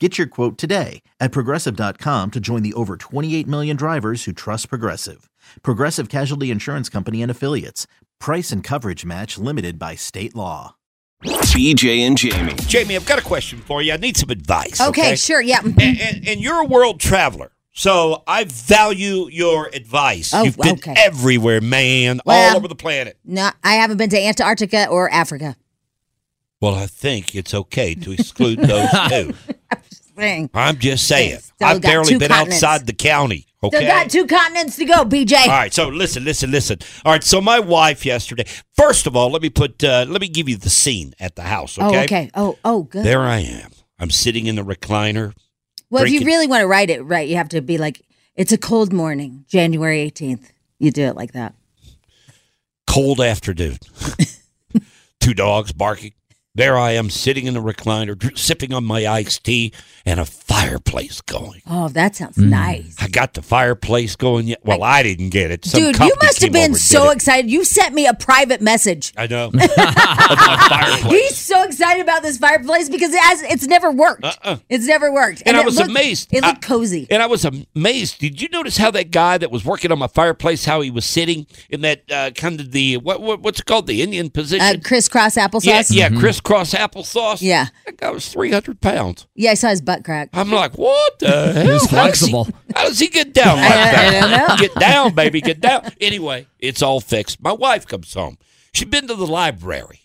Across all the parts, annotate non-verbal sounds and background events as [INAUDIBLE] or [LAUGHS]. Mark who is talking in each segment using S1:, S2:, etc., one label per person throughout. S1: Get your quote today at progressive.com to join the over 28 million drivers who trust Progressive. Progressive Casualty Insurance Company and Affiliates. Price and coverage match limited by state law.
S2: BJ and Jamie.
S3: Jamie, I've got a question for you. I need some advice.
S4: Okay,
S3: [CLEARS THROAT]
S4: sure. Yeah. mm-hmm.
S3: And, and, and you're a world traveler, so I value your advice.
S4: Oh,
S3: You've been
S4: okay.
S3: everywhere, man, all
S4: Well-
S3: over the planet.
S4: No, I haven't been to Antarctica or Africa. [LAUGHS]
S3: Well, I think it's okay to exclude
S4: [LAUGHS]
S3: those two.
S4: Dang.
S3: I'm just saying.
S4: Still
S3: I've
S4: got
S3: barely
S4: two
S3: been
S4: continents.
S3: outside the county. Okay.
S4: Still got two continents to go, BJ.
S3: All right, so listen, listen, listen. All right, so my wife yesterday. First of all, let me put, uh, let me give you the scene at the house. Okay.
S4: Oh, okay. Oh, oh, good.
S3: There I am. I'm sitting in the recliner.
S4: well, if
S3: drinking-
S4: you really want to write it right, you have to be like, it's a cold morning, January eighteenth. You do it like that.
S3: cold
S4: [LAUGHS]
S3: afternoon. Two dogs barking. There I am sitting in the recliner, dr- sipping on my iced tea, and a fireplace going.
S4: Oh, that sounds
S3: Mm.
S4: nice,
S3: I got the fireplace going. Yet, well, I didn't get it. Some
S4: dude. You
S3: company
S4: must have
S3: came
S4: been
S3: over and
S4: so
S3: did it.
S4: excited. You sent me a private message.
S3: I
S4: [LAUGHS]
S3: know. About
S4: He's
S3: fireplace.
S4: so excited about this fireplace because it has, it's never worked.
S3: Uh-uh.
S4: It's never worked.
S3: And I
S4: it
S3: was
S4: looked-
S3: amazed.
S4: It looked
S3: I-
S4: cozy.
S3: And I was amazed. Did you notice how that guy that was working on my fireplace, how he was sitting in that uh, kind of the what, what what's it called the Indian position?
S4: Uh, crisscross
S3: yeah,
S4: applesauce.
S3: yeah, crisscross applesauce.
S4: Yeah.
S3: that guy was three hundred pounds.
S4: yeah. I saw his butt crack.
S3: I'm like, what the hell? He's
S5: flexible.
S3: How does he get down like
S4: I- I
S3: that?
S4: don't know.
S3: Get down, baby, get down. Anyway, it's all fixed. My wife comes home. She's been to the library.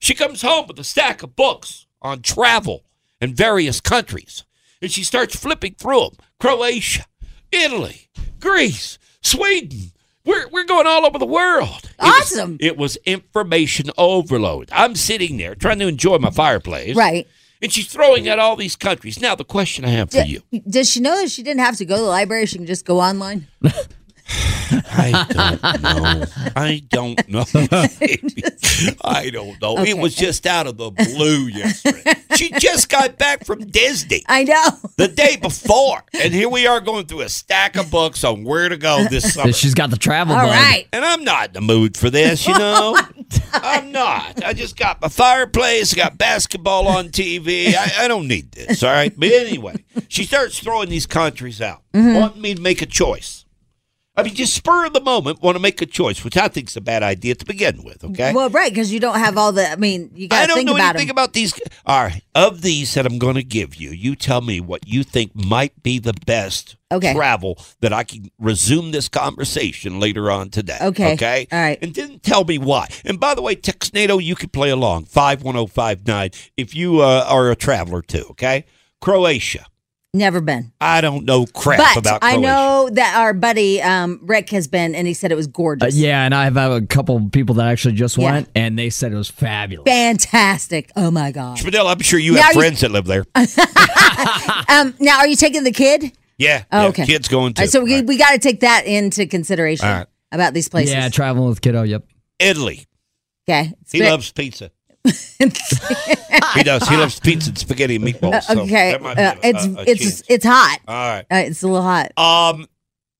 S3: She comes home with a stack of books on travel in various countries. And she starts flipping through them. Croatia, Italy, Greece, Sweden. We're, we're going all over the world. It was-
S4: Awesome.
S3: it was information overload. I'm sitting there trying to enjoy my fireplace.
S4: Right.
S3: And she's throwing out all these countries. Now, the question I have for you
S4: Does she know that she didn't have to go to the library? She can just go online.
S3: I don't know. I don't know. I don't know. It
S4: Okay.
S3: was just out of the blue yesterday. she just got back from Disney
S4: I know.
S3: the day before. And here we are going through a stack of books on where to go this summer.
S5: She's got the travel
S4: All
S5: bug.
S4: right.
S3: And I'm not in the mood for this, you
S4: [LAUGHS]
S3: know. I'm not. I just got my fireplace, got basketball on TV. I, I don't need this, all right? But anyway, she starts throwing these countries out,
S4: Mm-hmm.
S3: wanting me to make a choice. I mean, just spur of the moment, want to make a choice, which I think's a bad idea to begin with, okay?
S4: Well, right, because you don't have all the. I mean, you got
S3: I
S4: to
S3: don't
S4: think
S3: know
S4: about
S3: anything
S4: it.
S3: about these. All right, of these that I'm going to give you, you tell me what you think might be the best
S4: Okay.
S3: travel that I can resume this conversation later on today.
S4: Okay.
S3: Okay.
S4: All right.
S3: And then tell me why. And by the way, Texnado, you can play along five one zero five nine if you uh, are a traveler too. Okay. Croatia.
S4: Never been,
S3: I don't know crap
S4: but
S3: about Croatia.
S4: I know that our buddy um, Rick has been, and he said it was
S5: Uh,
S4: gorgeous.
S5: yeah, and I have a couple people that actually just
S4: Yeah.
S5: went, and they said it was fabulous.
S4: fantastic. Oh my god.
S3: Spadell, I'm sure you
S4: Now
S3: have
S4: you- Oh,
S3: friends that live
S4: [LAUGHS]
S3: there.
S4: Um, now are you taking the kid?
S3: Yeah.
S4: Oh,
S3: yeah,
S4: okay.
S3: Kids going
S4: All
S3: to.
S4: right, so we, we got to take that into consideration
S3: All right.
S4: about these places.
S5: Yeah, traveling with kiddo. Yep.
S3: Italy.
S4: okay.
S3: He
S4: [LAUGHS]
S3: loves pizza. He does. He loves pizza and spaghetti and meatballs. so
S4: okay.
S3: that might be
S4: uh,
S3: a-
S4: it's
S3: a- a
S4: it's
S3: chance.
S4: it's hot.
S3: all
S4: Uh, it's a little hot.
S3: right. Um,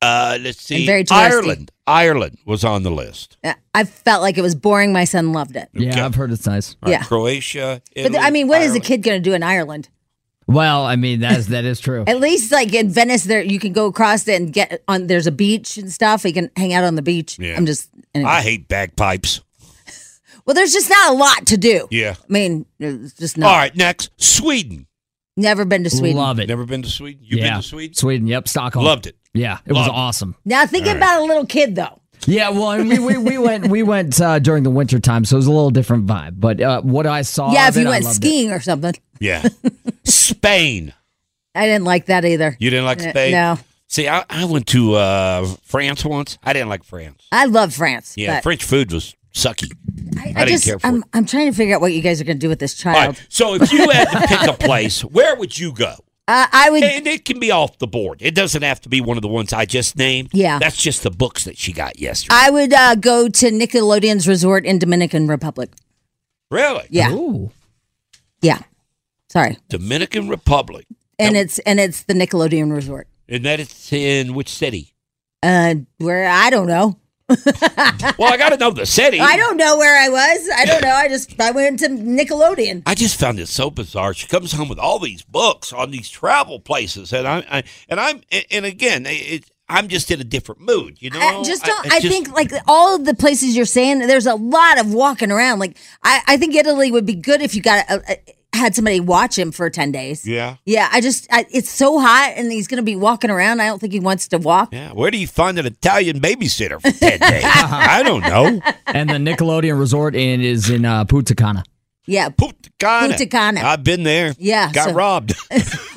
S3: uh, let's see.
S4: And very touristy.
S3: Ireland. Ireland was on the list.
S4: Uh, I felt like it was boring. My son loved it.
S5: Yeah,
S3: Okay.
S5: I've heard it's nice.
S3: All right,
S4: Yeah.
S3: Croatia.
S4: But
S3: Italy,
S4: I mean, what is
S3: Ireland.
S4: a kid going to do in Ireland?
S5: Well, I mean that is that is
S4: [LAUGHS]
S5: true.
S4: At least like in Venice, there you can go across it and get on. There's a beach and stuff. You can hang out on the beach.
S3: Yeah.
S4: I'm just anyway.
S3: I hate bagpipes.
S4: well. There's just not a lot to do.
S3: Yeah.
S4: I mean, it's just not.
S3: All right. Next, Sweden.
S4: Never been to Sweden.
S5: Love it.
S3: Never been to Sweden? You've
S5: yeah.
S3: been to Sweden?
S5: Sweden. Yep. Stockholm.
S3: Loved it.
S5: Yeah. It was
S3: Loved it.
S5: awesome.
S4: Now think about a little kid though.
S5: Yeah, well, and we, we, we went we went uh, during the winter time, so it was a little different vibe. But uh, what I saw,
S4: yeah,
S5: of
S4: if you
S5: it, I
S4: went
S5: loved it.
S4: skiing or something. [LAUGHS]
S3: Yeah. Spain.
S4: I didn't like that either.
S3: You didn't like
S4: N-
S3: Spain?
S4: Uh, No.
S3: See, I, I went to uh, France once. I didn't like France.
S4: I love France.
S3: Yeah,
S4: but
S3: French food was sucky.
S4: I,
S3: I didn't
S4: just
S3: care for
S4: I'm
S3: it.
S4: I'm trying to figure out what you guys are gonna do with this
S3: All
S4: child.
S3: right. So if you had to pick a
S4: [LAUGHS]
S3: place, where would you go?
S4: Uh, I would
S3: And it can be off the board. It doesn't have to be one of the ones I just named.
S4: Yeah.
S3: That's just the books that she got yesterday.
S4: I would uh, go to Nickelodeon's resort in Dominican Republic.
S3: really?
S4: Yeah.
S5: Ooh,
S4: Yeah. Sorry.
S3: Dominican Republic.
S4: And it's and it's the Nickelodeon resort.
S3: And that it's in which city?
S4: Uh where I don't know.
S3: Well, I got to know the city.
S4: [LAUGHS] I don't know where I was. I don't know. I just I went to Nickelodeon.
S3: I just found it so bizarre. She comes home with all these books on these travel places, and I, I and I'm and again, it, I'm just in a different mood. You know,
S4: I just don't. I, think like all of the places you're saying, there's a lot of walking around. Like I, I think Italy would be good if you got a, a, had somebody watch him for ten days.
S3: Yeah.
S4: yeah. I just I, it's so hot, and he's gonna be walking around. I don't think he wants to walk.
S3: Yeah, where do you find an Italian babysitter for ten
S4: [LAUGHS]
S3: days? I don't know.
S5: and the Nickelodeon resort in is in uh, Punta
S3: [LAUGHS]
S5: Cana.
S4: Yeah.
S3: Putacana.
S4: Punta Cana.
S3: I've been there.
S4: Yeah,
S3: Got
S4: so- [LAUGHS]
S3: robbed.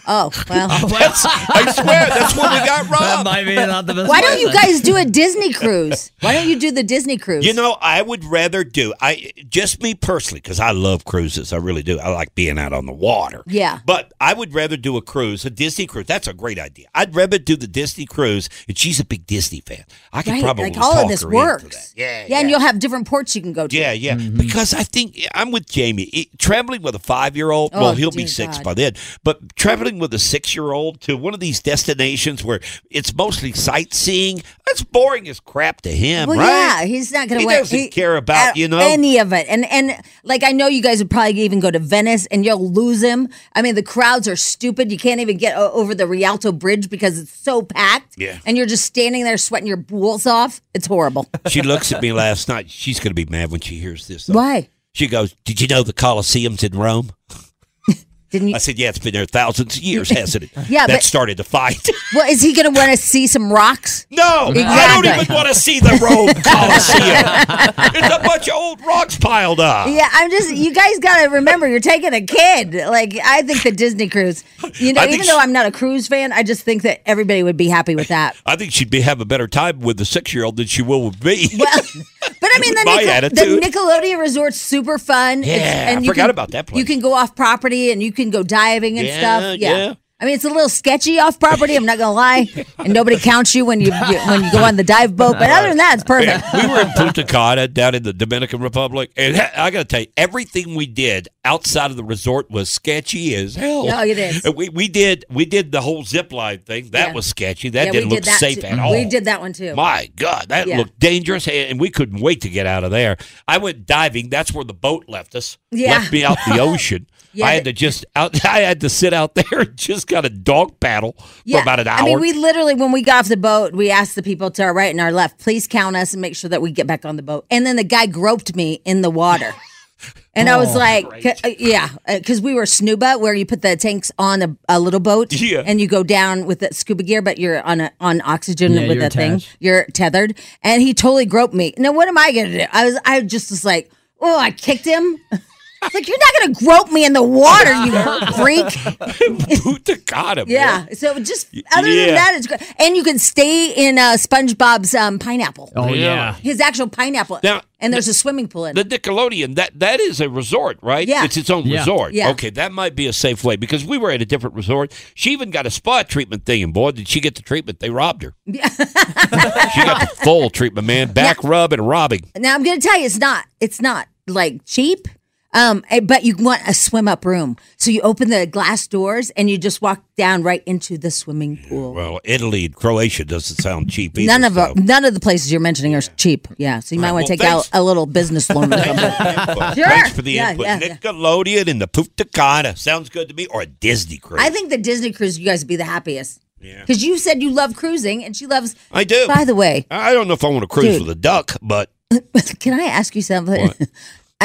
S4: Oh
S3: [LAUGHS]
S4: well.
S5: [LAUGHS]
S3: That's- I swear, that's when we got robbed.
S5: be not the best.
S4: Why don't you guys do a Disney cruise? Why don't you do the Disney cruise?
S3: You know, I would rather do I just me personally because I love cruises. I really do. I like being out on the water.
S4: Yeah.
S3: But I would rather do a cruise, a Disney cruise. That's a great idea. I'd rather do the Disney cruise, and she's a big Disney fan. I could
S4: right?
S3: probably
S4: like all
S3: talk
S4: of this
S3: her into
S4: works.
S3: that. Yeah,
S4: yeah. and you'll have different ports you can go to.
S3: yeah, yeah.
S4: Mm-hmm.
S3: Because I think I'm with Jamie. It- traveling with a five year old, well,
S4: Oh,
S3: he'll be
S4: dear
S3: six
S4: God.
S3: by then. But traveling with a six year old to one of these destinations where it's mostly sightseeing, that's boring as crap to him,
S4: Well,
S3: right?
S4: yeah, he's [LAUGHS] not going to.
S3: He doesn't care about, you know?
S4: uh, any of it. And and like I know you guys would probably even go to Venice, and you'll lose him. I mean, the crowds are stupid. You can't even get o- over the Rialto Bridge because it's so packed.
S3: Yeah.
S4: and you're just standing there sweating your balls off. It's horrible.
S3: She looks at me last night. She's going to be mad when she hears this. though.
S4: Why
S3: She goes, Did you know the Colosseum's in Rome?
S4: didn't you?
S3: I said, Yeah, it's been there thousands of
S4: [LAUGHS]
S3: years, hasn't it?
S4: Yeah,
S3: That
S4: but-
S3: started the fight. [LAUGHS]
S4: Well, is he going to want to see some rocks?
S3: no, I don't
S4: Exactly.
S3: even want to see the Rome
S4: [LAUGHS]
S3: Colosseum. There's a bunch of old rocks piled up.
S4: Yeah, I'm just. You guys got to remember, you're taking a kid. Like I think the Disney cruise. You know,
S3: I think
S4: even though
S3: sh-
S4: I'm not a cruise fan, I just think that everybody would be happy with that.
S3: I think she'd be have a better time with the six year old than she will with me.
S4: Well, but I mean, the,
S3: My
S4: Nico-
S3: attitude.
S4: the Nickelodeon Resort's super fun. It's-
S3: Yeah, I
S4: you
S3: forgot
S4: can-
S3: about that place.
S4: You can go off property and you can go diving and
S3: Yeah,
S4: stuff. Yeah.
S3: yeah.
S4: I mean, it's a little sketchy off property. I'm not
S3: [LAUGHS]
S4: gonna lie, and nobody counts you when you, you when you go on the dive boat. But other than
S3: [LAUGHS]
S4: that, it's perfect.
S3: [LAUGHS] we were in Punta Cana down in the Dominican Republic, and I got to tell you, everything we did outside of the resort was sketchy as hell.
S4: No, it is.
S3: And We we did we did the whole zip line thing. That
S4: Yeah.
S3: was sketchy. That
S4: Yeah,
S3: didn't
S4: we
S3: look
S4: did that
S3: safe
S4: too.
S3: at all.
S4: We did that one too.
S3: My God, that
S4: Yeah.
S3: looked dangerous, and and we couldn't wait to get out of there. I went diving. That's where the boat left us.
S4: Yeah.
S3: Left me out
S4: [LAUGHS]
S3: in the ocean.
S4: Yeah,
S3: I had to just out. [LAUGHS] I had to sit out there and just got a dog paddle for about an hour.
S4: I mean, we literally, when we got off the boat, we asked the people to our right and our left, please count us and make sure that we get back on the boat. And then the guy groped me in
S3: [LAUGHS]
S4: the water. And I
S3: Oh,
S4: was like, uh, yeah, because we were snuba, where you put the tanks on a, a little boat,
S3: Yeah.
S4: and you go down with the scuba gear, but you're on a, on oxygen
S5: Yeah,
S4: with
S5: you're
S4: a thing,
S5: attached.
S4: you're tethered. And he totally groped me. Now, what am I gonna do? I was, I just was like, oh, I kicked him. [LAUGHS] It's like you're not gonna grope me in the water, you
S3: [LAUGHS]
S4: freak.
S3: Punta Cana.
S4: Yeah.
S3: man.
S4: So just other than
S3: Yeah.
S4: that, it's great. And you can stay in uh, SpongeBob's um, pineapple.
S5: Oh yeah.
S4: His actual pineapple.
S3: Now-
S4: and there's a swimming pool in
S3: The
S4: it.
S3: Nickelodeon, that that is a resort, right?
S4: Yeah.
S3: It's its own
S5: Yeah.
S3: resort.
S4: Yeah.
S3: Okay, that might be a safe way because we were at a different resort. She even got a spa treatment thing, and boy, did she get the treatment. They robbed her. she got
S4: [LAUGHS]
S3: the full treatment, man. Back rub and robbing.
S4: Now I'm going to tell you, it's not. It's not like cheap. Um, eh, but you want a swim up room, so you open the glass doors and you just walk down right into the swimming pool.
S3: Well, Italy and Croatia doesn't sound cheap either.
S4: None of
S3: so.
S4: none of the places you're mentioning are cheap. Yeah, so you might
S3: Right,
S4: want
S3: well,
S4: to take
S3: thanks.
S4: out a little business loan or something.
S3: [LAUGHS]
S4: [LAUGHS] Sure.
S3: Thanks for the
S4: Yeah,
S3: input.
S4: yeah, yeah.
S3: Nickelodeon and the Punta Cana sounds good to me, or a Disney cruise.
S4: I think the Disney cruise, you guys would be the happiest.
S3: Yeah.
S4: Because you said you love cruising, and she loves.
S3: I do.
S4: By the way,
S3: I I don't know if I want to cruise
S4: Dude.
S3: with a duck, but
S4: [LAUGHS] Can I ask you something? [LAUGHS]
S3: What?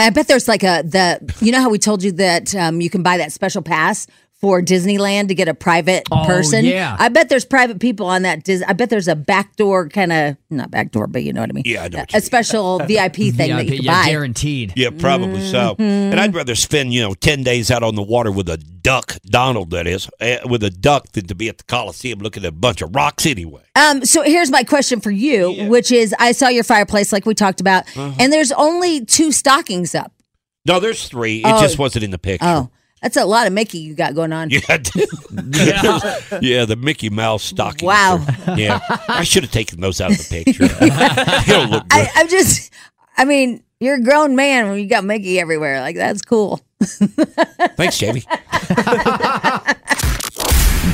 S4: I bet there's like a the you know how we told you that um, you can buy that special pass for Disneyland to get a private
S5: Oh,
S4: person.
S5: yeah.
S4: I bet there's private people on that. Dis- I bet there's a backdoor kind of not backdoor, but you know what I mean.
S3: Yeah, I know what
S4: A,
S3: you mean.
S5: [LAUGHS]
S4: special VIP thing that you
S5: yeah,
S4: can
S5: yeah,
S4: buy.
S5: guaranteed.
S3: Yeah, probably so. And
S4: Mm-hmm.
S3: I'd rather spend, you know, 10 days out on the water with a duck, Donald, that is, eh, with a duck than to be at the Coliseum looking at a bunch of rocks anyway.
S4: Um, so here's my question for you, which is I saw your fireplace like we talked about,
S5: Uh-huh.
S4: and there's only two stockings up.
S3: No, there's three. It just wasn't in the picture.
S4: Oh, that's a lot of Mickey you got going
S3: [LAUGHS]
S4: on.
S3: Yeah, I did. yeah. the Mickey Mouse stockings.
S4: Wow.
S3: are- Yeah, I should have taken those out of the
S4: [LAUGHS]
S3: picture. they don't look good.
S4: I, I'm just, I mean, you're a grown man when you got Mickey everywhere. Like that's cool.
S3: Thanks, Jamie.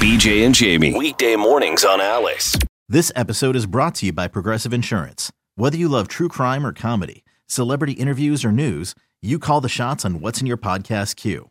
S2: BJ and Jamie. Weekday mornings on Alice.
S1: This episode is brought to you by Progressive Insurance. Whether you love true crime or comedy, celebrity interviews or news, you call the shots on what's in your podcast queue.